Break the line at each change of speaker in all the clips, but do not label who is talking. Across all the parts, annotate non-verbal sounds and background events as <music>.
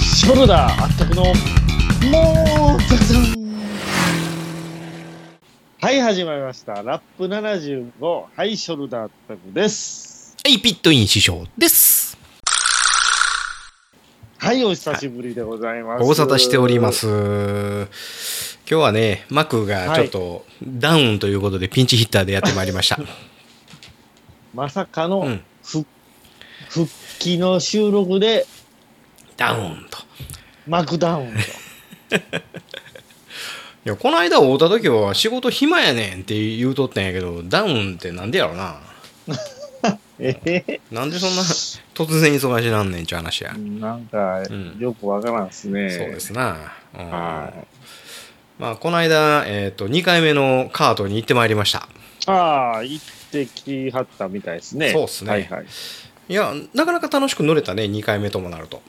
ショルダー圧着の、もう、ザザンはい、始まりました。ラップ75、はい、ショルダー圧着です。
はい、ピットイン師匠です。
はい、お久しぶりでございます。
ご無沙汰しておりま。す。今日はね、マクがちょっとダウンということでピンチヒッターでやってまいりました。
まさかの、
うん
ふ復帰の収録で、
ダウンと。
マクダウ
<laughs>
ンと。
いや、この間会うた時は仕事暇やねんって言うとったんやけど、ダウンってなんでやろな。
ええ
なんでそんな突然忙しなんねんちゅう話や。
なんか、
ん
よくわからんですね。
そうですな。うん
はい。
まあ、この間、えっ、と、2回目のカートに行ってまいりました。
ああ、行ってきはったみたいですね。
そうっすね
はいはい。
いや、なかなか楽しく乗れたね、2回目ともなると。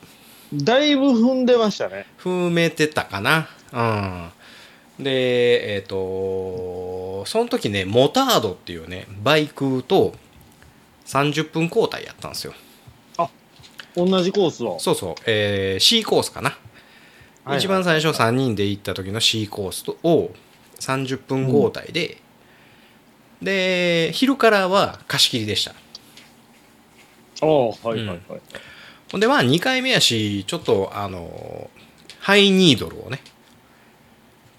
だいぶ踏んでましたね。
踏めてたかな。うん。で、えっ、と、その時ね、モタードっていうね、バイクと30分交代やったんですよ。
同じコースを。
そうそう、えー C コースかな。
はいはい
一番最初3人で行った時の C コースとを30分交代で、で、昼からは貸し切りでした。
おーはいはいはい。
ほんで、まあ2回目やし、ちょっとあの、ハイニードルをね、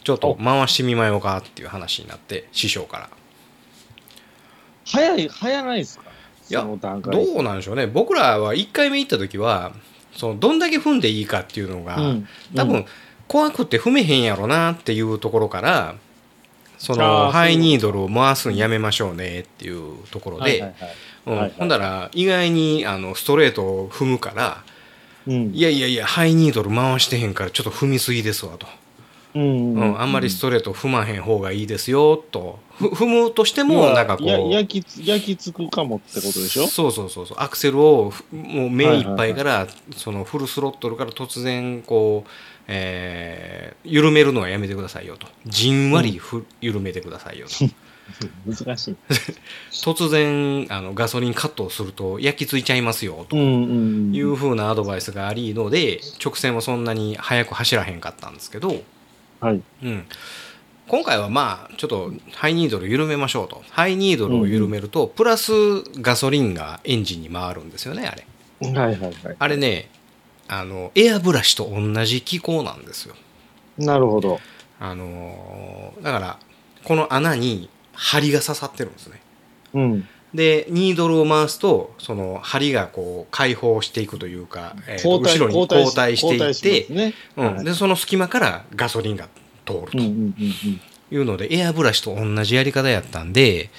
ちょっと回してみまようかっていう話になって、師匠から。
早い、早ないですか
いや
その段階
どうなんでしょうね僕らは1回目行った時はそのどんだけ踏んでいいかっていうのが、
うん
多
う
分
ん
怖くて踏めへんやろなっていうところからそ
あ
の
ー
ハイニードルを回すのやめましょうねっていうところ
はいはい
で
はい
うん
はいはい
ほんだら意外にあのストレートを踏むから
うん
いやいやいやハイニードル回してへんからちょっと踏みすぎですわと、
うん
うんあんまりストレート踏まへん方がいいですよとふ踏むとしてもなんかこう
要はや焼きつ、焼きつくかもってことで
<laughs>
しょ
そうそうそうそうアクセルをふもう目いっぱいから、そのフルスロットルから突然こう、えー緩めるのはやめてくださいよとじんわりふ、緩めてくださいよと
難しい。
突然あのガソリンカットをすると焼き付いちゃいますよと
んうん
いうふうなアドバイスがありので直線はそんなに速く走らへんかったんですけど、
はい。
うん、今回はまあちょっとハイニードル緩めましょうとハイニードルを緩めると、プラスガソリンがエンジンに回るんですよねあれ。
はいはいはい。
あれね、あの、エアブラシと同じ機構なんですよ。
なるほど。
あのーだから、この穴に針が刺さってるんですね。
うん。
で、ニードルを回すと、その針がこう解放していくというか、えーと後ろに後退していっ
交
て、
代しますね
うん、で、その隙間からガソリンが通ると
うんうんうん
いうので、エアブラシと同じやり方やったんで、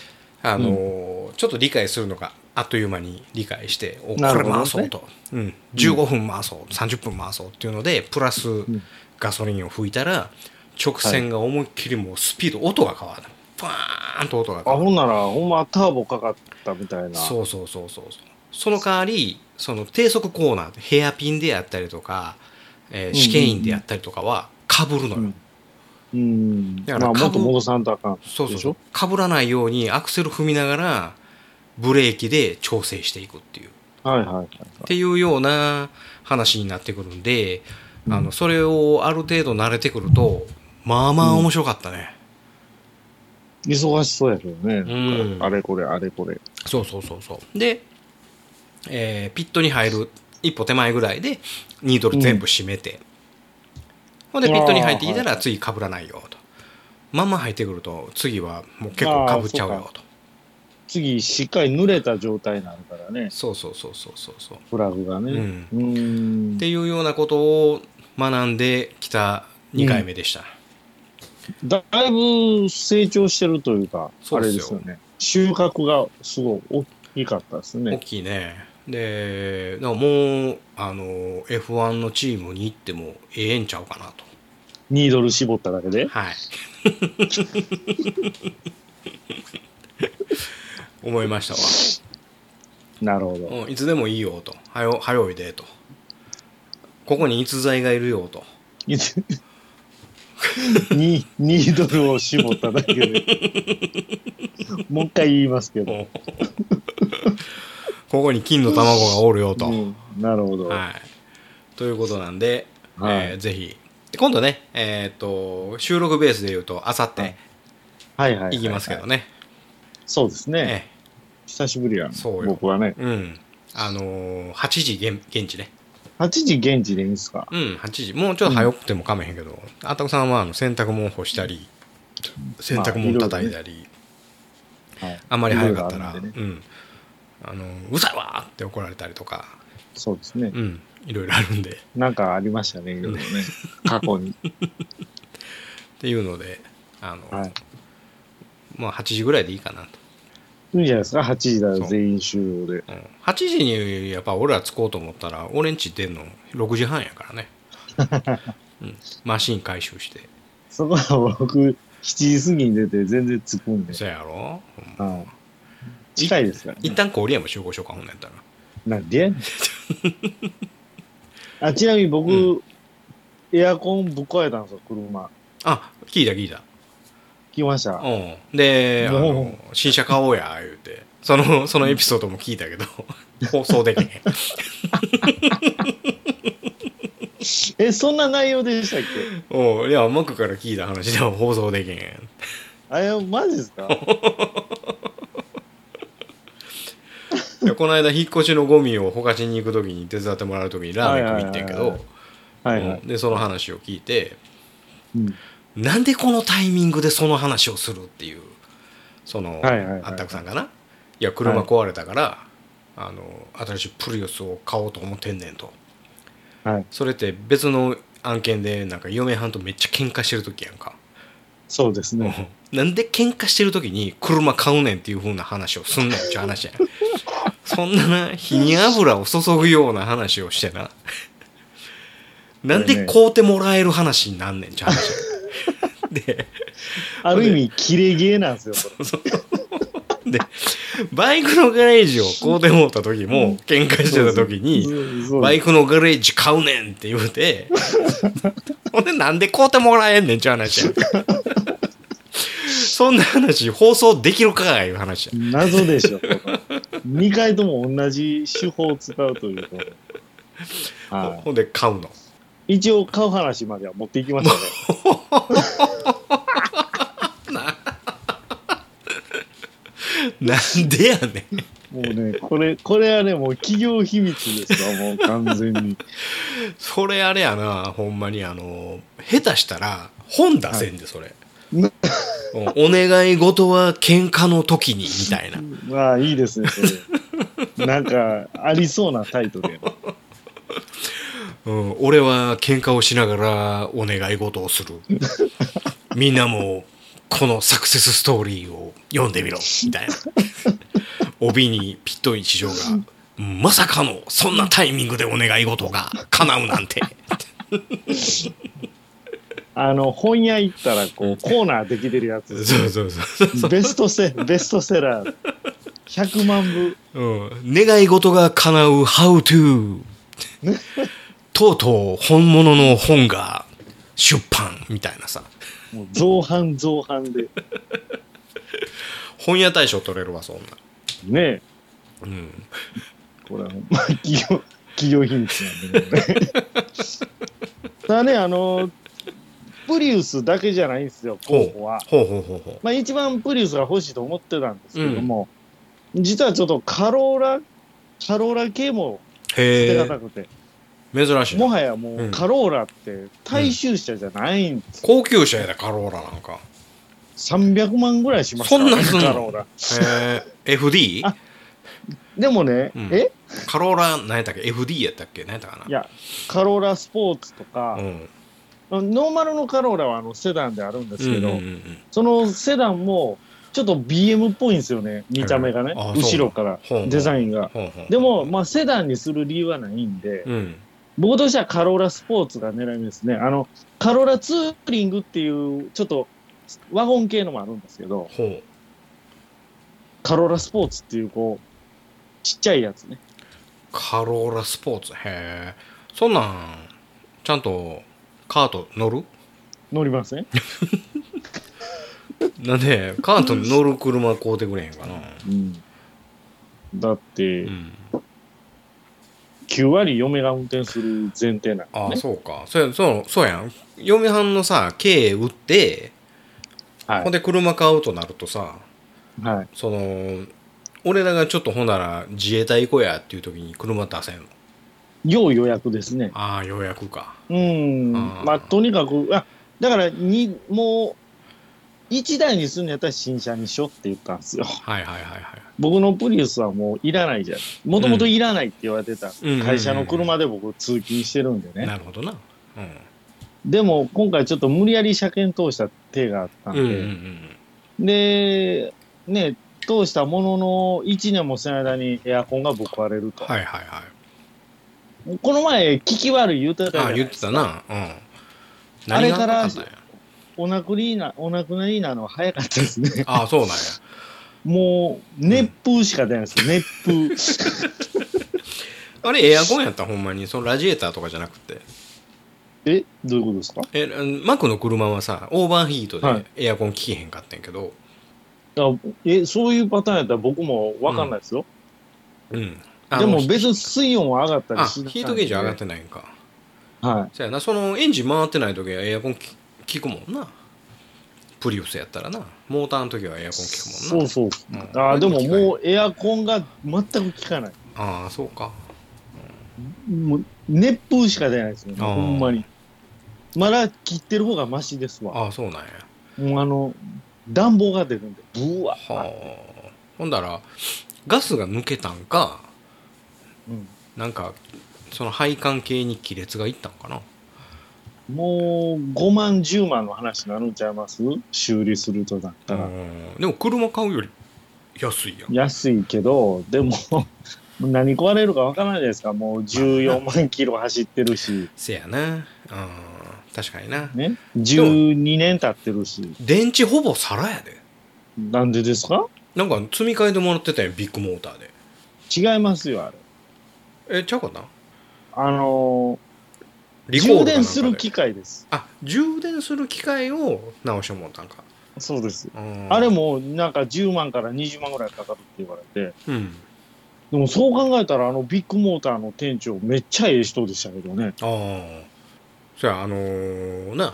あのーちょっと理解するのがあっという間に理解して、おこ
なるほ
れ
どね
回そうと、うん、15分回そう、30分回そうっていうので、プラス、
うん。
ガソリンを吹いたら直線が思いっきりもうスピード、音が変わるバーンと音が
あ、
変わる
ほんなら、ほんまターボかかったみたいな。
そうそうそうそうそうその代わりその低速コーナーヘアピンでやったりとか、え
ん
ー、試験員でやったりとかはかぶるのよ、
うん。うん。
だ
まあ、も
から
っ
株
と戻さんとあかん。
そうそう
でし
そう
ょ
かぶらないようにアクセル踏みながらブレーキで調整していくっていう
はいはいはい。
っていうような話になってくるんで、
うん
あのそれをある程度慣れてくるとまあまあ面白かったね、
忙しそうやけどね。
うん
あれこれ、あれこれ。
そうそうそうそうで、えーピットに入る一歩手前ぐらいでニードル全部閉めて、ほんでピットに入ってきた
あーは
ら
い
次かぶらないよとまんま入ってくると次はもう結構かぶっちゃう
あー
よと
次、しっかり濡れた状態になるからね。
そうそうそうそうそうそう
フラグがね。
ん
うーん。
っていうようなことを学んできた2回目でした、
だだいぶ成長してるというか、
そ
あ
う
れ
です
で
よ
すよね。収穫がすごい大きかったです
大
ね。
きいねでだからもうあの F1 のチームに行ってもええんちゃうかなと
ニードル絞っただけで。
はい。 <laughs> 思いましたわ。
なるほど。
うん、いつでもいいよと。はよ、はよいでと。ここに逸材がいるよと。
いつ <laughs> にニードルを絞っただけで。もう一回言いますけ
う
ど。
んここに金の卵がおるよと。
うんなるほど。
はい。ということなんで、
はい
えーぜひで今度ね、えー、と収録ベースでいうとあさって
はいはいはい。
行きますけど。ね、
そうですね。
え
久しぶりやん。
そうよ
僕はね。
えうんあのー8時現現地ね
8時現地でいいんですか
うん8時もうちょっと早くてもかめへんけど、あたこさんはあの洗濯物干したり洗濯物叩いたり、
はい
あんまり早かった
い
ら、
ろいろあるんでね
うん、あのうざいわーって怒られたりとか、
そうですね。
うん、いろいろあるんでっ
なんかありましたね、いろいろね。過去に。
ていうのであの、
はい。
まあ、8時ぐらいでいいかなと、
いいんじゃないですか ?8 時だよ
そう
全員集合で。
うん、8時にやっぱ俺ら着こうと思ったら俺んち出んの6時半やからね、うん、マシン回収して
そこは僕、7時過ぎに出て全然突っ込んで。
そやろ、ほんま
はい近いですからね。
一旦郡山集合しようかほんなんやったら
なんでや
<laughs>
ねんあちなみに僕、
う
エアコンぶっ壊れたんですよ、車。
あ聞いた聞いた
来ました。
うん、であ
お
の
う
「新車買おうや」言うてそのそのエピソードも聞いたけど放送できへん
え、そんな内容でしたっけ
おういやマックから聞いた話では放送できへん
あれ、マジですか
いやこの間引っ越しのゴミをほかしに行く時に手伝ってもらう時にラーメン食いに行ってんけ
はい
ど
はいはいはい
うん。でその話を聞いて
うん
なんでこのタイミングでその話をするっていうその、
はいはいはいはい
あったくさんかないや車壊れたから、あの新しいプリウスを買おうと思ってんねんと
はい。
それって別の案件でなんか嫁はんとめっちゃ喧嘩してる時やんか、 <laughs>
そうですね。
うんなんで喧嘩してる時に車買うねんっていう風な話をすんねんっていう話やん <laughs> そんなな火に油を注ぐような話をして
<laughs>
ななんで買うてもらえる話になんねんっていう話やんで
ある意味、キレゲーなんですよ、これ。
でバイクのガレージを買うてもうた時も喧嘩してた時に、
そうそう
バイクのガレージ買うねんって言うてほんでなんで買うてもらえんねんちゅう話やんかそんな話放送できるかがいう話や
謎でしょ、これ。2回とも同じ手法を使うという
<laughs>
か。は
ほんで買うの
い。一応、買う話までは持っていきましたね。
なんでやねん
もうね、これ、これはね、もう企業秘密ですわ、もう完全に。
それあれやなほんまにあの下手したら本出せんでそれ、
な
おお願い事は喧嘩の時にみたいな
まあ、いいですね、それ。なんか、ありそうなタイトルやな
うん、俺は喧嘩をしながらお願い事をす <laughs> るみんなもこのサクセスストーリーを読んでみろみたいな帯にピットイン師匠が「まさかのそんなタイミングでお願い事が叶うなんて」
あの、本屋行ったら、こう、コーナーできてるやつ。
そうそうそう、
ベストセ、ベストセラー。100万部。
うん、願い事が叶う「How to」とうとう本物の本が出版みたいなさ
もう、造反造反で。
本屋大賞取れるわそんな、
ね
うん、
え、これはほんま、企業、企業秘密なんでね。 <laughs> これただね、あの、プリウスだけじゃないんですよ、候補は。
ほうほうほうほう
まあ、一番プリウスが欲しいと思ってたんですけども、実はちょっとカローラ、カローラ系も捨て
へ
が
え
たくて、
珍しいな
もはやも
う
うんカローラって大衆車じゃないんです、
高級車やでカローラなんか
300万ぐらいしました
そんなんすんの
カローラ。
へえ FD?
あでもね、
うん
え
カローラ何やったっけ FD やったっけ何やったかない
や、カローラスポーツと
う
か、
ん
ノーマルのカローラはあのセダンであるんですけど、
うんうんうん
そのセダンもちょっと BM っぽいんですよね、見た目がね
へ、ーあ
後ろか
そうな
ら、
ん
デザインが。
ほうほう
でも、まあ、セダンにする理由はないんで、
うん
僕としてはカローラスポーツが狙い目ですね。あの、カローラツーリングっていう、ちょっと、ワゴン系のもあるんですけど、
ほう
カローラスポーツっていう、こう、ちっちゃいやつね。
カローラスポーツへえそんなんちゃんとカート乗る
乗りますね。
なんでカートに乗る車買うてくれへんかな
うん。だって、
うん
9割嫁が運転する前提な
あ
の
あ、
ね。
そうか。そうや、そう、そうやん。嫁はんのさ、軽売って、
は
ほんで車買うとなるとさ、
い。はい。
その、俺らがちょっとほんなら自衛隊行こうやっていう時に車出せんの。
要予約ですね。
ああ、ようやくか。
うん。
あー
まあ、とにかく、あ、だから、に、もう、1台にするんやったら新車にしようって言ったんですよ。 <laughs>
はいはいはいはい。
僕のプリウスはもういらないじゃん。もともといらないって言われてた。
うん
会社の車で僕通勤してるんでね。
なるほどな。うん。
でも、今回ちょっと無理やり車検通した手があったん
うん
で、
うんうん。
で、ね、通したものの1年もせん間にエアコンがぶっ壊れると。
はいはいはい。
この前、聞き悪い言うてたじゃ
あ
な
あ、
い
言っ
で
て
すか
たな。うん。
あれ
何が
から
あったんや。
お亡くなりな、お亡くなりなのは早かったですね
ああ、そうなん <laughs> や。
もう、熱風しか出ないです。熱風。 <laughs>
あれエアコンやったほんまに。そのラジエーターとかじゃなくて。
え、どういうことですか
え、うんマックの車はさ、オーバーヒート
は
で
い
エアコン効けへんかったんやけど、
あえ、そういうパターンやったら僕もわかんないですよ。
うん。あ
で
の
も別に水温は上がった
あ、
りしなかったんで
ヒートゲージ上がってないんか。
は
そやな、そのエンジン回ってない時はエアコンき効くもんな。プリウスやったらな。モーターの時はエ
い。
アコン効くも
そ
ん
う
な。
そう。
うん
あでも
効
もうエアコンが全く効かない。
かへんああ、そうか。
もう熱風しか出ないですね。
あー
ほんまに。まだ切ってる方がマシですわ。
ああ、そうなんや。
もうあの、暖房が出るんで、ブワー、
はあ。ほんだら、ガスが抜けたんか、
うん
なんか、その配管系に亀裂がいったんかな。
もう5万、10万の話になるんちゃいます修理するとだったら。
うんでも車買うより安いやん。
安いけど、でも、 <laughs> 何壊れるかわからないじゃないですか。もう14万キロ走ってるし、
せやな。うん。確かにな。
ね。12年経ってるし。
電池ほぼ皿やで。
なんでですか
なんか積み替えでもらってたやん、ビッグモーターで。
違いますよ、あれ。
え、ちゃうかな
あのー、
リコール
充
かなんかで
電する機械です。
あ充電する機械を直してもらったんか
そうです。
うん
あれもなんか10万から20万ぐらいかかるって言われて、
うん
でもそう考えたらあのビッグモーターの店長めっちゃええ人でしたけどね。
ああそやあのーな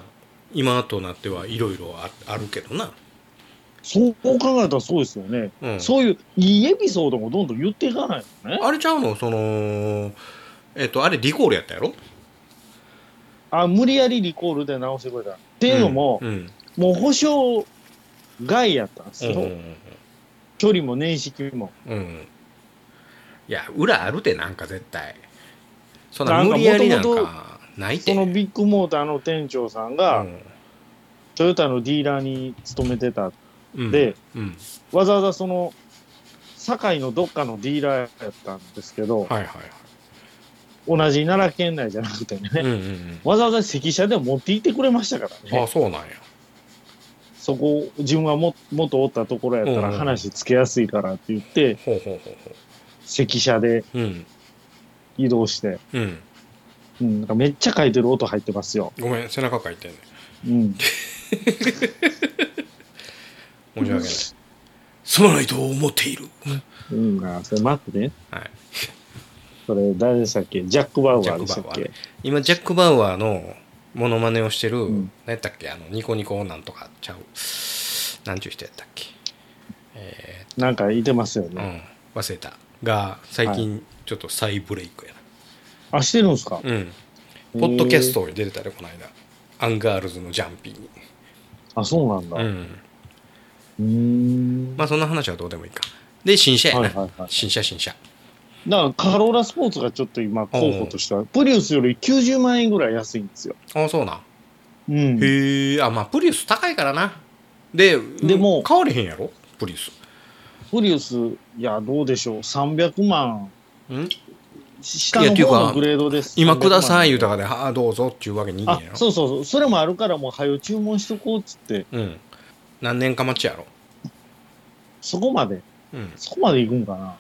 今となってはいろいろああるけどな、
そう考えたらそうですよね。
うん、
そういういいエピソードもどんどん言っていかないとね。
あれちゃうのそのえっとあれリコールやったやろっ
あ、無理やりリコールで直してくれた。っていうのも、
うん
もう保証外やったんです
うん
よ。
うん
距離も年式も。
うんいや裏あるでなんか絶対そんな
なん
無
か
理やりなん
元
かないて
そのビッグモーターの店長さんが、トヨタのディーラーに勤めてた
うん
で、
うん
わざわざその、堺のどっかのディーラーやったんですけど、
はいはい
同じ奈良県内じゃなくてね、
はい、うんうん
わざわざ関車で持って行ってくれましたから
うん、あ
ね。
そうなんや
そこ、自分はも元おったところやった
う
ら
ん
話つけやすいからって言って、
ほうほうほうほ
関車で
ううん
移動して、
うん
うん、なんかめっちゃ書いてる音入ってますよ。
ごめん背中かいてんね
うん。
申し訳ない。すまないと思っている。
うん、あそれ待ってね。
はい。
それ誰でしたっけジャック・バウア
ジャッ
ーで
クバ
し
ウ
た
ア
っ
ーね
け
今、ジャック・バウアーのモノマネをしてる、
ん
何やったっけあの、ニコニコなんとかちゃう。なんちゅう人やったっけえ
なんかいてますよね。
ー、うん、忘れた。が、最近、ちょっと再ブレイクや
あ、してるんですか
な。うん。ポッドキャストに出てたで、この間。アンガールズのジャンピーに。
あ、そうなんだ。
う。
うんーん。
まあ、そんな話はどうでもいいか。で、新車や
はい
な。
はいはい。
新車、新車。
だからカローラスポーツがちょっと今候補としては、プリウスより90万円ぐらい安いんですよ。
ああ、そうなん。
うん。
へえ、あ、まあ、プリウス高いからな。で、
でも
買われへんやろプリウス。
プリウス、いや、どうでしょう。300万。
ん
下の方のグレードです。
今ください言う
う
たかで、ああ、どうぞっていうわけにいいん
あ
や、ろ。
そうそうそう。それもあるから、もう早う注文しとこうっつって、
うん。何年か待ちやろ。
そこまで、
うん。
そこまで行くんかな。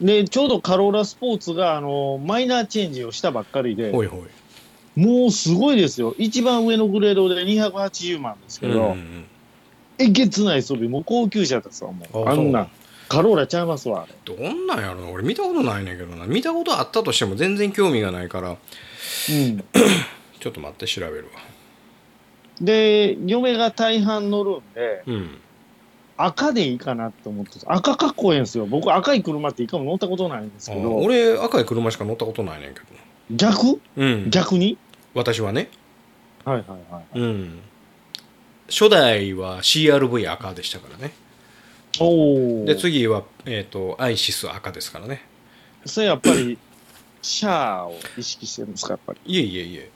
で、ちょうどカローラスポーツが、あの、マイナーチェンジをしたばっかりで、
ほいほい。
もうすごいですよ。一番上のグレードで280万ですけ
うんうんう
ど、
ん
えげつない装備、もう高級車だったさ、もう。
あ
あんな
そ
ん、カローラちゃいますわ、あれ。
どんなんやろな俺見たことないねんけどな見たことあったとしても全然興味がないから
うん。
ちょっと待って調べるわ
で、嫁が大半乗るんで、
うん
赤でいいかなって思ってた赤かっこええんですよ。僕、赤い車って一回も乗ったことないんです
あ
け
ー
ど、
俺赤い車しか乗ったことないねんけど
逆
うん
逆に
私はね
はいはいはい。
うん初代は CRV 赤でしたからね
おお。
で次は、えー、とアイシス赤ですからね
それやっぱり、シャアを意識してるんですか、やっぱり。
いえいえいえ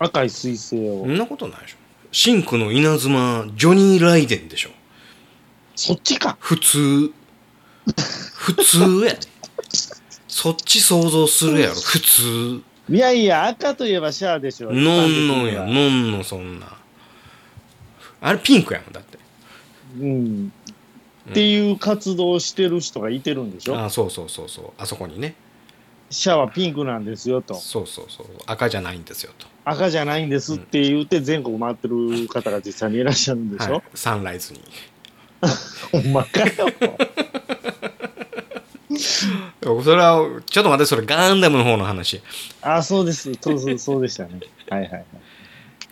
赤い彗星
そ
を。
んなことないでしょシンクの稲妻ジョニー・ライデンでしょ
そっちか。
普通普
<laughs>
通やでそっち想像するやろ普通
いやいや、赤といえばシャアでしょ。
のんのん
一般的
や
には
のんのそんなあれピンクやもんだって
うん。っていう活動をしてる人がいてるんでしょ。
あそうそうそうそうあそこにね
シャアはピンクなんですよと。
そうそうそう赤じゃないんですよと
赤じゃないんですって言って全国回ってる方が実際にいらっしゃるんでし
は
ょ
い、サンライズに
ほんまか
<laughs>
よ。
それはちょっと待ってそれガンダムの方の話
あ、そうです。そうそう、そうでしたね。はいはいはい。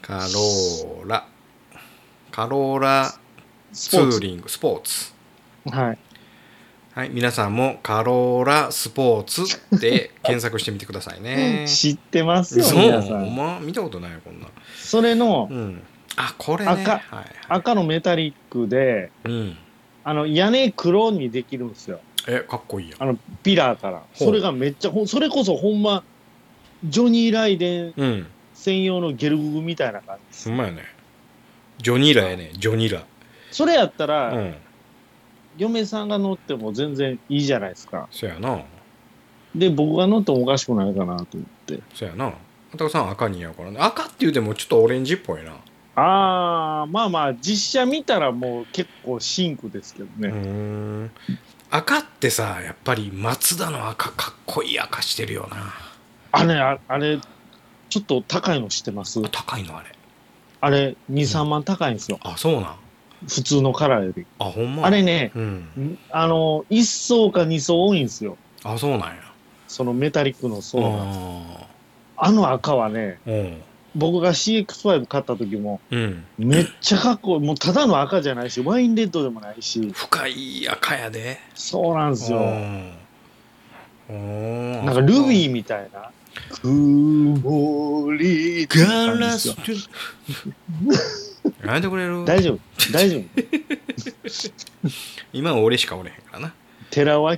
カローラカローラ
ス
ツ
ポー
ー
ツ。
リングスポーツ
はい。
はい皆さんもカローラスポーツ <laughs> で検索してみてくださいね
知ってますよ、
そう
皆さ
ほん
ん。
ま見たことないよこんな
それの
うんあこれね
赤
はいはい
赤のメタリックで、
うん
あの、屋根黒にできるんですよ。
えかっこいいやん
あの、ピラーから。
ほう
それがめっちゃ、ほんそれこそほんま、ジョニー・ライデン
うん
専用のゲルググみたいな感じです
ほんまやねジョニーラやねジョニーラ
それやったら、
うん
嫁さんが乗っても全然いいじゃないですか。
そやな
で、僕が乗ってもおかしくないかなと思って。
そやなあたこさん赤にやからね赤って言うてもちょっとオレンジっぽいな
あー、まあまあ、実写見たらもう結構シンクですけど
う
ね。
ーん赤ってさやっぱり松田の赤かっこいい赤してるよな
あれ、ああれ、ちょっと高いの知ってます
あ高いのあれ
あれ、2、3万高いんですよ。
あそうなん
普通のカラーより。
あほんま
あれね、
うん
んあの、1層か2層多いんですよ。
あそうなんや
そのメタリックの層が。
あ
あの赤はね、
ーうん
僕が CX5 買った時も、
うん
めっちゃかっこいい。もうただの赤じゃないし、ワインレッドでもないし、
深い赤やで
そうなんですよ。
うん
なんかルビ
ー
ーみたいな。曇りって
ガ
感じで
ラ
す
ス
よ。 <laughs>
とやめてくれる
大丈夫、大
<laughs>
丈夫。
今は俺しかおれへんからな
寺尾明。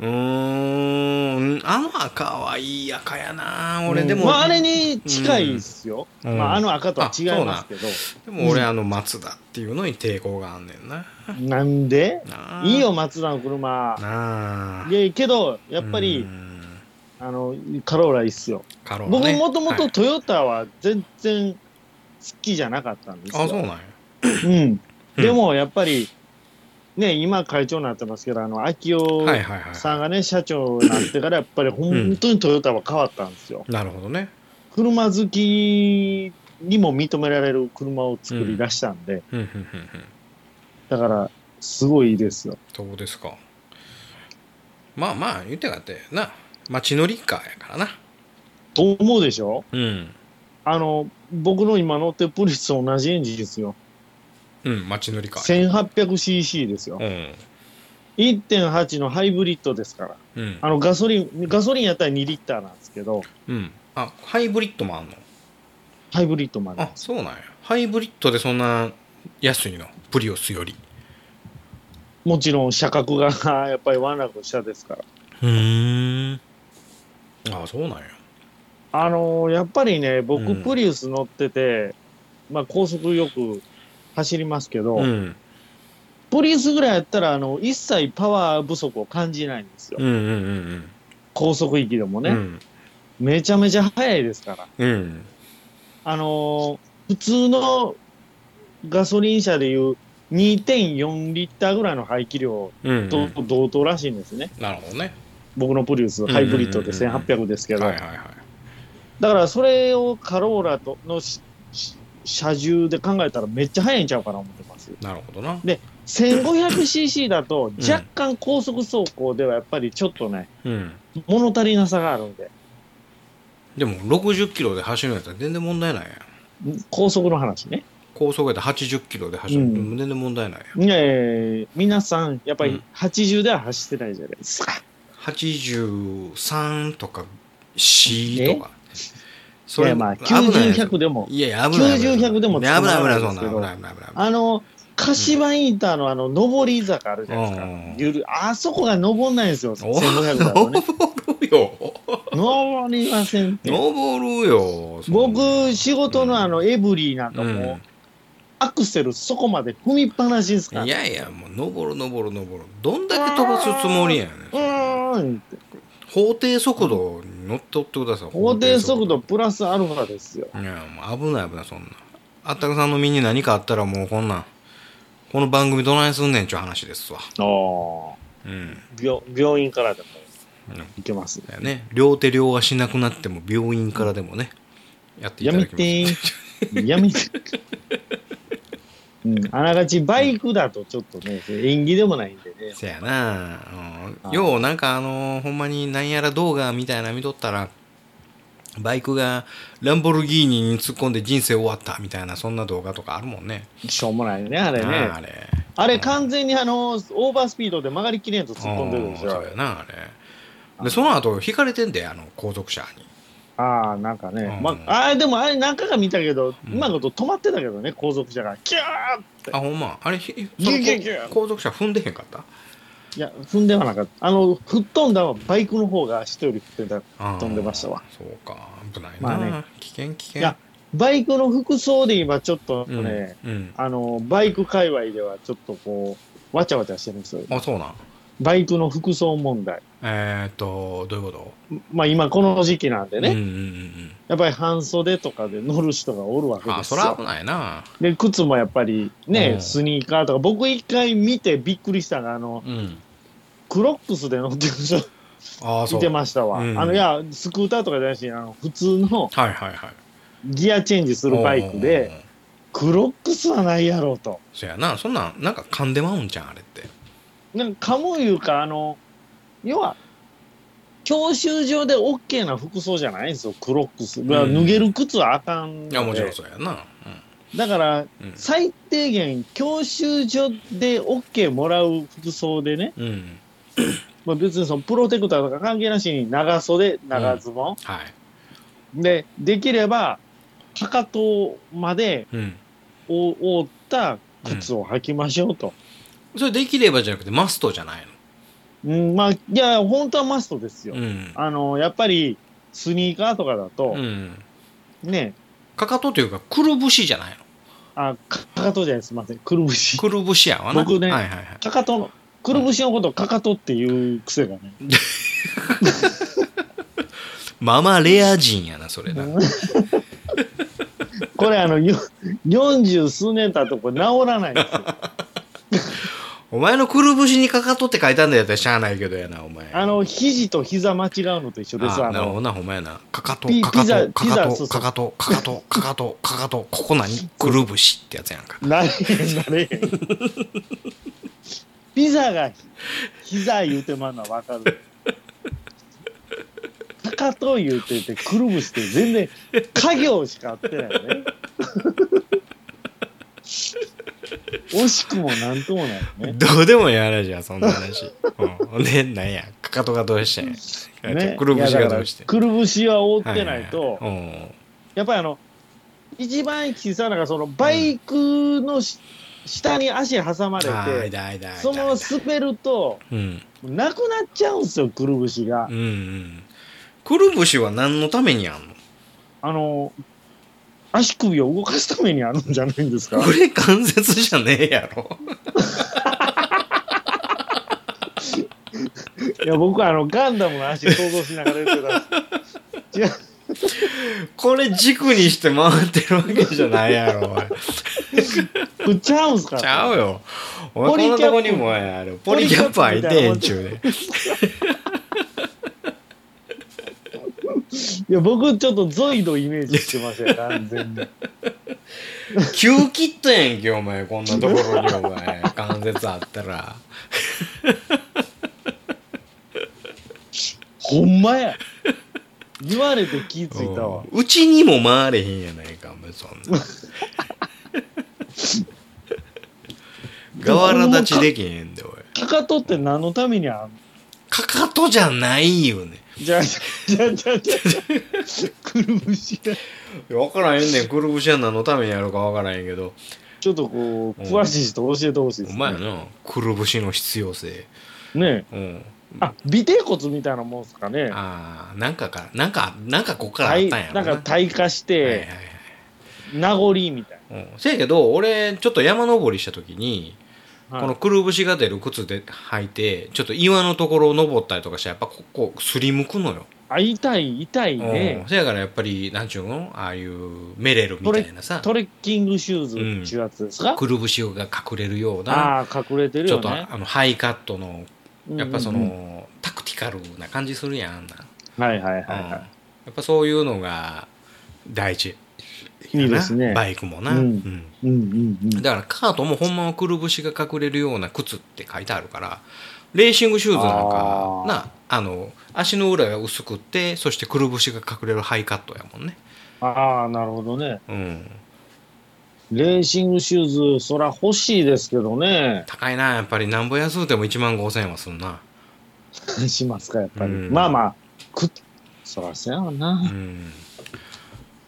うーんあの赤はいい赤やな俺でも、
まあ、あれに近いですよ。
うん
まあ、あの赤とは違いますけど。
でも俺あの松田っていうのに抵抗があんねんな
なんで
なあ
いいよ、松田の車。
なあ
いや、けど、やっぱ
う
り、
ん
あの、カローラいいっすよ。
カローラ
僕
ね
もとも
は
と
い
トヨタは全然好きじゃなかったんですよ。
あそうなんや
うん。
うん
でも、やっぱり、ね、今会長になってますけど、あの、秋夫
はいはいはい
さんがね、社長になってから、やっぱり本当にトヨタは変わったんですよ。
なるほどね
車好きにも認められる車を作り出したんで、
うんうんうんうん
だから、すごいいいですよ。
そうですかまあまあ言ってかってな街乗りカーやからな
と思うでしょ
うん
あの、僕の今乗ってるプリウスと同じエンジンですよ。
うん街乗りカー
1800cc ですよ
う。ん
1.8のハイブリッドですから。
うん
あの、ガソリン、ガソリンやったら2リッターなんですけど、
うんあハイブリッドもあんの
ハイブリッドまで
あ。そうなんやハイブリッドでそんな安いのプリオスより
もちろん車格が <laughs> やっぱりワンランク下ですから。
うんあそうなんや
あのーやっぱりね、僕、
うん
プリウス乗ってて、まあ高速よく走りますけど、
うん
プリウスぐらいやったら、あの、一切パワー不足を感じないんですよ。
うんうんうん
高速域でも
うん
ね、
うん
めちゃめちゃ速いですから。
うん
あのー普通のガソリン車でいう2.4リッターぐらいの排気量
うん
と同等らしいんですね。
なるほどね
僕のプリウス、
んうん
ハイブリッドで1800ですけど。
はいはいはい
だからそれをカローラとのしし車重で考えたらめっちゃ速いんちゃうかな思ってます。
なるほどな
で、 1500cc だと若干高速走行ではやっぱりちょっとね、
うん、
物足りなさがあるんで、
でも60キロで走るんやったら全然問題ないやん
高速の話ね。
高速やったら80キロで走る、
うん
全然問題ないや
い
ん
やいやいや皆さん、やっぱ
う
り
ん
80では走ってないじゃないですか。
83とか C とかそ
いやまあ、90、100でも。
いやいや危ない
90 100でも
危ない危ない危な
捕
いそ
ま
ん
らないですけど
な危ない危ない危ない
あの、柏インターのあの、上り坂あるじゃないです
う
か
ん。
ゆるあそこが登んないんですよ、
お
1500だとね。
登るよ
登りませんっ
<laughs>
て。
登るよそんな
僕、仕事のあの、エブリーなんか
う
も
ん、
アクセルそこまで踏みっぱなしですから。
いうやいやもう登る登る登るどんだけ飛ばすつもりやねん
ーん、
法定速度に乗っとってください
法定速度プラスアルファですよ。
いやもう危ない危ないそんなあったくさんの身に何かあったらもうこんなんこの番組どないすんねんちゅう話ですわ
ああ。
うん
病病院からでも行けます。
だよね両手両足なくなっても病院からでもねやってい
や
ただ
め
き
て
<laughs>
ー。やめて。うん、あながちバイクだとちょっとね、縁起でもないんでね
ま。すせやな、う
は
ん、
い
ようなんかあのーほんまになんやら動画みたいなの見とったらバイクがランボルギーニに突っ込んで人生終わったみたいなそんな動画とかあるもんね
しょうもないよね、あれ
なああ
ね。
れ
あれ完全にあの、オーバースピードで曲がりきれんと突っ込んでるでし
うんそ
ょ
う。やなあれでその後引かれてんであの後続車に
ああ、なんかね
う。ん
まあ、あれでもあれ何回か見たけど、
うん
うまいこと止まってたけどね、後続車が。キャー
あほんまあれひ
ギ
そ
ュ
の
ギュギュ
後続車踏んでへんかった
いや、踏んではなかった。あの、吹っ飛んだのはバイクの方が人より吹ってた。
あー
飛んでましたわ
そうか危ないな、
まあね
危険危険
いやバイクの服装で今ちょっと
うん、
ね、
うん、
あの、バイク界隈ではちょっとこう、わちゃわちゃしてるんですよ。
あそうなん
バイクの服装問題。
えー、っとどういうこ
まあ今この時期なんで
と
ね、
うんうんうん
やっぱり半袖とかで乗る人がおるわ
う
け
ん、
で
あ
す
そら
よ
危。ないな
で、靴もやっぱりね、
うん
スニーカーとか、僕一回見てびっくりしたのが、あの、
うん
クロックスで乗ってる人
ああそ
いうてましたわ。
うん
あの、いや、スクーターとかじゃないし、あの、普通の
はいはいはい
ギアチェンジするバイク
うんうんう
で、
ん
クロックスはないやろうと。
そやなそんなんなんか噛んでまうんじゃんあれって
なんか、かもいうか、あの、要は、教習所で OK な服装じゃないんですよ、クロックス。まあ
うん
脱げる靴はあかんの
い
で。
やもちろんそうやな
だから、
うん
最低限、教習所で OK もらう服装でね、
うん、うん、
まあ、別にそのプロテクターとか関係なしに、長袖、長ズボン。
はい
で、できれば、かかとまで
うん
覆覆った靴を履きましょうと。
それできればじゃなくてマストじゃない
うん、まあ、いや、本当はマストですよ。
のうん
あの、やっぱり、スニーカーとかだと
う、ん
ね、
かかとというかくるぶしじゃないの
あ、かかかとじゃない、すみません。くるぶし。
くるぶしやわな
僕ね
はいはいはい
かかとの、くるぶしのことをかかとっていう癖がね。
ママレア人やなそれな
これ、あの、よ40数年経ったとこれ治らないんですよ。
お前のくるぶしにかかとって書いたんだよってしゃあないけどやなお前
あの、肘と膝間違うのと一緒です。
あ
あ
なるほど
の、
なほんまやなかかと
ピ
かか
ピザ
とかか
ピザそ
と
うそ
か
う
かとかかとかかとかかとここ何くるぶしってやつやんか
なれへん、なれへん。ピザが、膝言うてまんのはわかる。かかと言うてて、くるぶしって全然、家業しか合ってないよね。惜しくもなんともないよね。
どうでもいい話やそんな話うんほんでなんやかかとがどうしてん
ね、
<laughs> くるぶしがどうして
いやだからくるぶしは覆っ
は
てないと、
はうん
やっぱりあの一番小さなのがそのバイクのし、下に足挟まれ
あー
て、
痛い痛い痛い
そのまま滑ると
うん
なくなっちゃうんですよくるぶしが、
うんうんくるぶしは何のためにあんの
あの足首を動かすためにあるんじゃないんですか
<laughs> これ関節じゃねえやろ
いや僕はあのガンダムの足想像しながら言ってたん
<laughs>
です違う
これ軸にして回ってるわけじゃないやろおい
これちゃうんすか
ちゃうよ。お前
ポリ
こんな
キャッ
と
プ
こにもやる。ポリキャップ開いてえんちゅうで。
いや僕ちょっとゾイドイメージしてましたよ
<laughs>
完全に
急キットやんけ、お前。こんなところにお前。関説あったら
ほんまや。言われて気ぃついたわ。
うんうちにも回れへんやないかお前そんな瓦立ちできへんでおい
かかとって何のためにあん
かかとじゃないよね
じゃあ、じゃあ、じゃあ、じゃあ、じゃあ、くるぶしが。
分からへんねんくるぶしは何のためにやるか分からへんけど
ちょっとこう、詳しい人教えてほしいで
お
す
前や
ね。
なくるぶしの必要性
ね
うん
あ、尾てい骨みたいなもんすかね。
あーなんかかなんかなんかこっからあ
体
ったんやろ
なんか退化し
はいはい
て、
はい
名残みたい
うん、せやけど俺ちょっと山登りした時に、
な。
この
はい
くるぶしが出る靴で履いてちょっと岩のところを登ったりとかしたらやっぱここすりむくのよ、
あ、痛い、痛いね
うん。せやからやっぱりなんちゅうのああいうメレルみたいなさ
トレッキングシューズっていうやつですか、
くるぶしが隠れるよう
あ
な
あ、隠れてる
ちょ
よ
っと
ね。
あのハイカットのやっぱその、
うんうん
タクティカルな感じするやんあんな、
うんはいはいはい
うん
は
やっぱそういうのが大事
い。いいですね。
バイクもな、
うん
うん
うんうんうん。
だからカートもほんまはくるぶしが隠れるような靴って書いてあるからレーシングシューズなんか
あー
なあの足の裏が薄くってそしてくるぶしが隠れるハイカットやもんね
ああ、なるほどね。
うん
レーシングシューズ、そら欲しいですけどね。 <laughs>
高いなやっぱりなんぼ安うても1万5000円はすんな
しますか、やっぱり。
うん
まあまあ、く、そらせやわ
う
な。
ん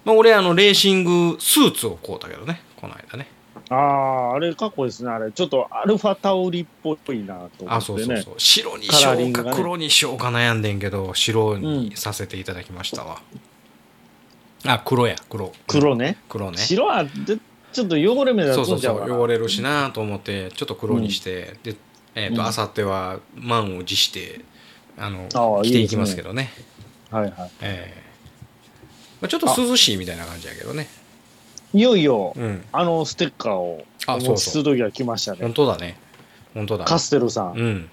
まあ俺あのレーシングスーツを買うたけどねこの間ね
ああ、あれかっこいいですね。あれ、ちょっとアルファタオリっぽいなと思ってね。
あそうそうそう白にしよ
カラーリ
う
ン
か
グがね
黒にしようか悩んでんけど白にさせていただきましたわ、あ黒や黒
黒ね。
黒ね
白はで、ちょっと汚れ目だ
そうそ
と
う
じゃ
そうう
から
汚れるしなと思ってちょっと黒にして、でえっ、と
うん
あさっては満を持してあの
ああ
着ていき
いいですね
ますけどね
はいは
ええまあ、ちょっと涼しいみたいな感じやけどね
い。いよいよ、
うん
あのステッカーを
あ
お
そうそう
持ちするときが来ましたね
本。当だね本当だ
カステルさん。
うん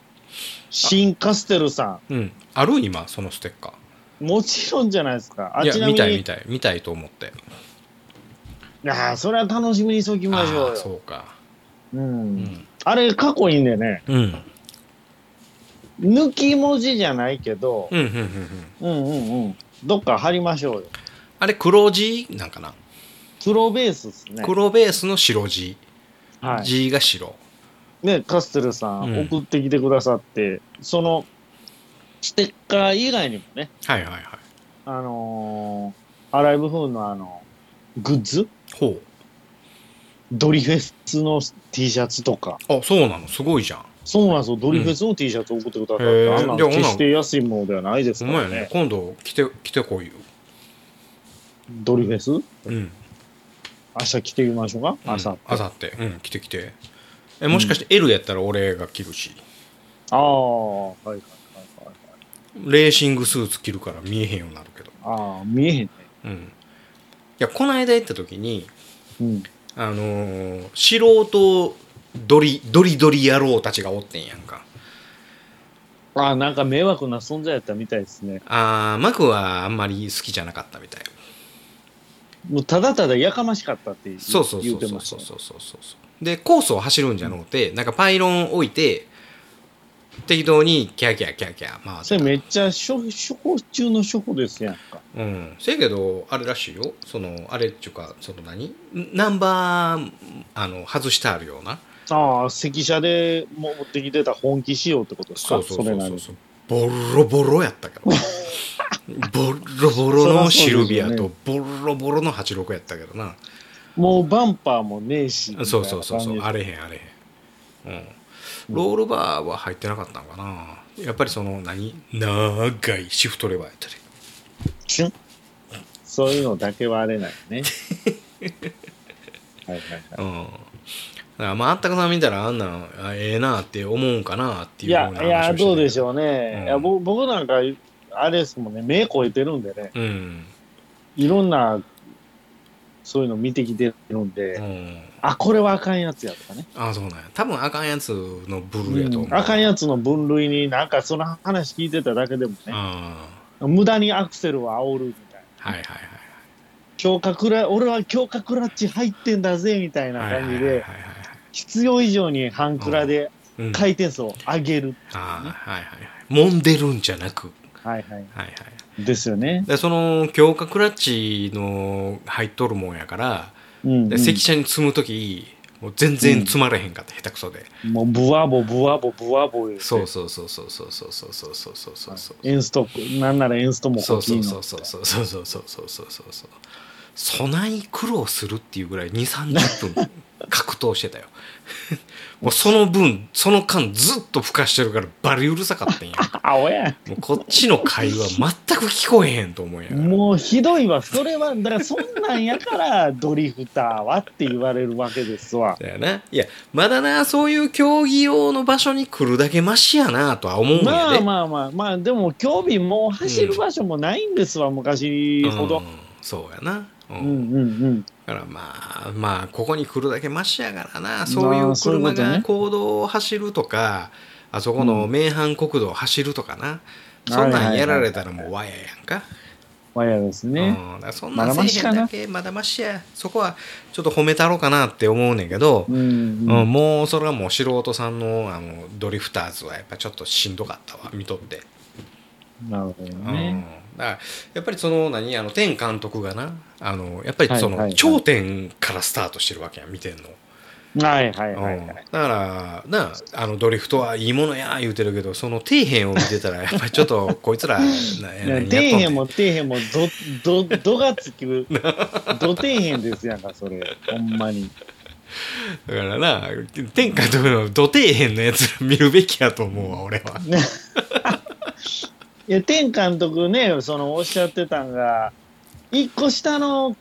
新カステルさ
うんある今そのステッカ
ん。もちろんじゃないですか。あ
ーい
ちな
や
み
見たい
に
見、たい見たいと思って
ああ、それは楽しみにしときましょ
あ
う
あ
よ。
そうか
う。
うんん、
あれ、かっこいいんでね、
うん、うん
抜き文字じゃないけど、
うんうんうん
うんうんうん。どっか貼りましょうよ。
あれ黒字なんかな、
黒ベースですね。
黒ベースの白字、
は
字が白
い。ね、カステルさ
うん
ん、送ってきてくださって、その、ステッカー以外にもね、
はいはいはい
あのーアライブフーンのあの、グッズ
ほ
ドリフェスの T シャツとか。
うあそうなのすごいじゃん
そうなんですよ。ドリフェスの T シャツ送ってくださって、
へー
あんな
じゃあ
ん決して安いものではないです
ほ
か
ん
ら
まやね
ね。
今度来て来てこいよ
ドリフェス明
うん
日着てみましょうか明後日。
あさってうん来て来てえもしかして L やったら俺が着るし
ああ、はいはいはいはい。
レーシングスーツ着るから見えへんようになるけど
ああ、見えへんね。
うんいやこの間行った時に
うん。
あのー素人ドリドリドリ野郎たちがおってんやんか
ああ、なんか迷惑な存在やったみたいですね。
あーマクはあんまり好きじゃなかったみたい
もうただただやかましかったって言
そうそう
言
そううそ
て
う
まし
そ
た
う
ね。
そうそうそうでコースを走るんじゃのうて、なんかパイロン置いて適当にキャーキャーキャーキャー回って
それめっちゃ初初歩中の初歩ですやんか。
うん、せやけどあれらしいよそのあれっちゅうかその何ナンバーあの外してあるような
ああ、赤車で持ってきてた本気仕様ってことですかれなりに
そうボロボロや <laughs> ったけどボロボロのシルビアとボロボロの86やったけどな
もうバンパーもねえし。
そうそうそうそう
みた
あ
いな感
れへんあれへん、うん、ロールバーは入ってなかったのかなやっぱりその何長いシフトレバーやったり
じチュンそういうのだけはあれない
<laughs>
ね。はいはいはい。
うんだからまああったかさん見たらあんなんあええなって思うんかなってい
いうや、
ふうない
や、
話をしてた
どうでし
ょ
ょうね。
うん
いや僕僕なんか、あれですもんね、目超えてるんでね、
ううん
いろんな、そういうの見てきてるんで、
うん、
あ、これはあかんやつやとかね。
あそうなんや多分あかんやつのブルーやと思う、
うんあかんやつの分類になんかその話聞いてただけでも
うん
ね、
は
無駄にアクセルを煽るみたいな。
いはいはい
強化クラ俺は強化クラッチ入ってんだぜみたいな
はいはい
感
は
じ
いはい
で、
はい
必要以上に半クラで
うん
回転数を上げる。
あーはいはいはい。揉んでるんじゃなく。
はいはい。
はいはい。
ですよね。
で、その、強化クラッチの入っとるもんやから、
うん、う
で
ん。
関車に積むとき、もう全然積まれへんかった、下手くそで。
もうブワボブワボブワボ言て
そうそうそうそうそうそうそうそうそうそうそうそう。
エンスト、なんならエンストもこ
そう
っ
そ
ち
う
の。
そうそうそうそうそうそうそうそうそうそう備え苦労するっていうぐらい2 3 0分格闘してたよもうその分その間ずっとふかしてるからバリうるさかったんや
あおや。
もうこっちの会話全く聞こえへんと思うんやから
もうひどいわ。それは、だからそんなんやから、ドリフターはって言われるわけですわ。
だよないやまだなそういう競技用の場所に来るだけマシやなとは思うんや
ま
で、
あまあまあ、まあでも、競技もう走る場所もないんですわ、昔ほ
う
ど
ん。そうやな、うん
うんうんうん。
だからまあまあここに来るだけマシやからなそうい
ま
う
あそういうこ
車
とね
が公道を走るとかあそこの名阪国道を走るとかな、
うん
そんなん
はいはい
や
はい
られたらもうわややんか,、
わやですね。
うん、だからそんなん
まだ
せ
マ
え
シ
へ
か
ん
な
だけまだましやそこはちょっと褒めたろうかなって思うねんけど、
うん、うん
うんもうそれはもう素人さんのあのドリフターズはやっぱちょっとしんどかったわ見とって。
なるほどね。
うん、だからやっぱりその何あの天監督がなあのやっぱり
はい
その、
はいはい
頂点からスタートしてるわけやん見てんの、
はいはいはい
うん
は
だ
い。
からなあのドリフトはいいものや言うてるけどその底辺を見て
<laughs>
たらやっぱりちょっとこいつら何
いや底
や何やっとんね
辺
ん
も底辺もど、ど、 <laughs> どがつく、
<laughs>
ど底辺ですやんか、それ。ほんまに。
だからな天監督の土底辺のやつ見るべきやと思うわ俺は。
いや、天監督ね、その、おっしゃってたんが、一個下の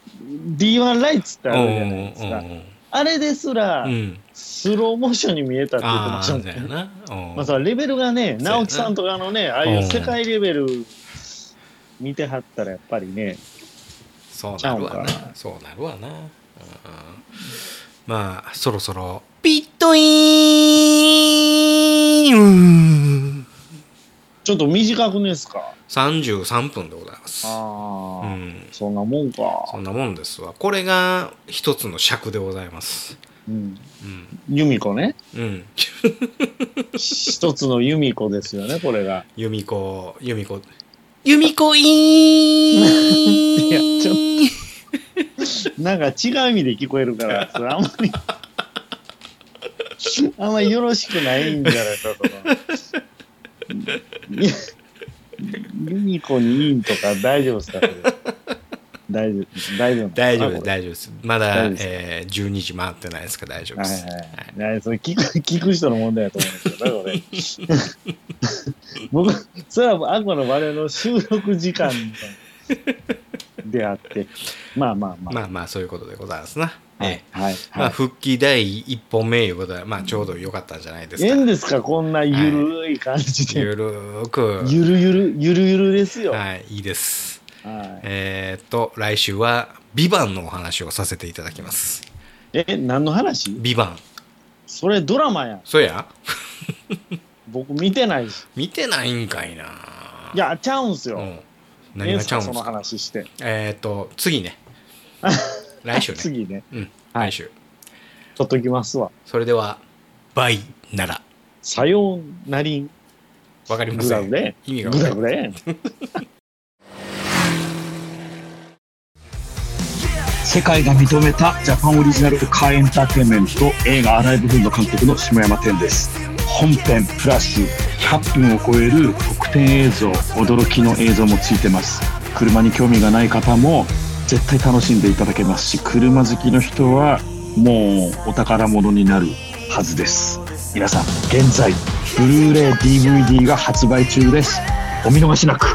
D1 ライツってあるじゃないです
うん
か。
うん
あれですら
う、ん
スローモーションに見えたって言ってま
あ
し
あ
た
ー
もん
だ
ね
よ。な。うん
まあさ、レベルがね、
そうやな
直樹さんとかのね、ああいう世界レベル見てはったらやっぱりね、
そうなるわ
ちゃうか
な。そうなるわな。うんうんまあ、そろそろ、ピットイーン
ちょっと短くねですか。
!33 分でございます。
あ
う
あ、
ん。
そんなもん
そ
か。
んなもんですわ。これが一つの尺でございます。
うん。
うん。
由美子ね。
うん。
一つの由美子ですよね、これが。
由美子、由美子、由美子イーン
<laughs> いやちょ
っと。
なんか違う意味で聞こえるから、それあんまり。あんまりよろしくないんじゃないかと。いや由美子にいいんとか大丈夫ですかそれ大丈夫、大丈夫。
大丈夫で
で
す、
す
大丈夫です。ま
大
だ
丈夫、です
えー、12時回ってないですから大丈夫
は
で
い
す。
はいはい。それ聞く、 <laughs> 聞く人の問題だと思うんですけどね、これ。僕、それはあくまで我々の収録時間のであって、まあまあまあ。
まあまあ、そういうことでございますな。
は
ええ
い。はい。
まあ、
は
復帰第一本目いうことは、まあ、ちょうど良かったんじゃないで
い。
す
ええ
か。
んですか、こんなゆるい感じで。
ゆるーく、
ゆるゆる、ゆるゆるですよ。は
はい、いいです。
い。
えーっと、来週は、ビバンのお話をさせていただきます。
え、何の話
ビバン。
それドラマやん。
そや
僕見てないし。
見てないんかいな。
いや、ちゃうんす
う
よ。
ん。何がちゃうん
ええんすかそ
す
の
か
話して。
えーっと、
<laughs>
次ね。来週ね。
次ね、
うん、
はい
来週。
取っときますわ。
それでは、バイなら。
さようなりん。
わかりま
グ
せ
ラ
ん。
グレ。
意味がわ
グ
か
ラ
る。
グレ。
世界が認めたジャパンオリジナルカーエンターテインメント映画「アライブ・フード」監督の下山天です本編プラス100分を超える特典映像驚きの映像もついてます車に興味がない方も絶対楽しんでいただけますし車好きの人はもうお宝物になるはずです皆さん現在ブルーレイ DVD が発売中ですお見逃しなく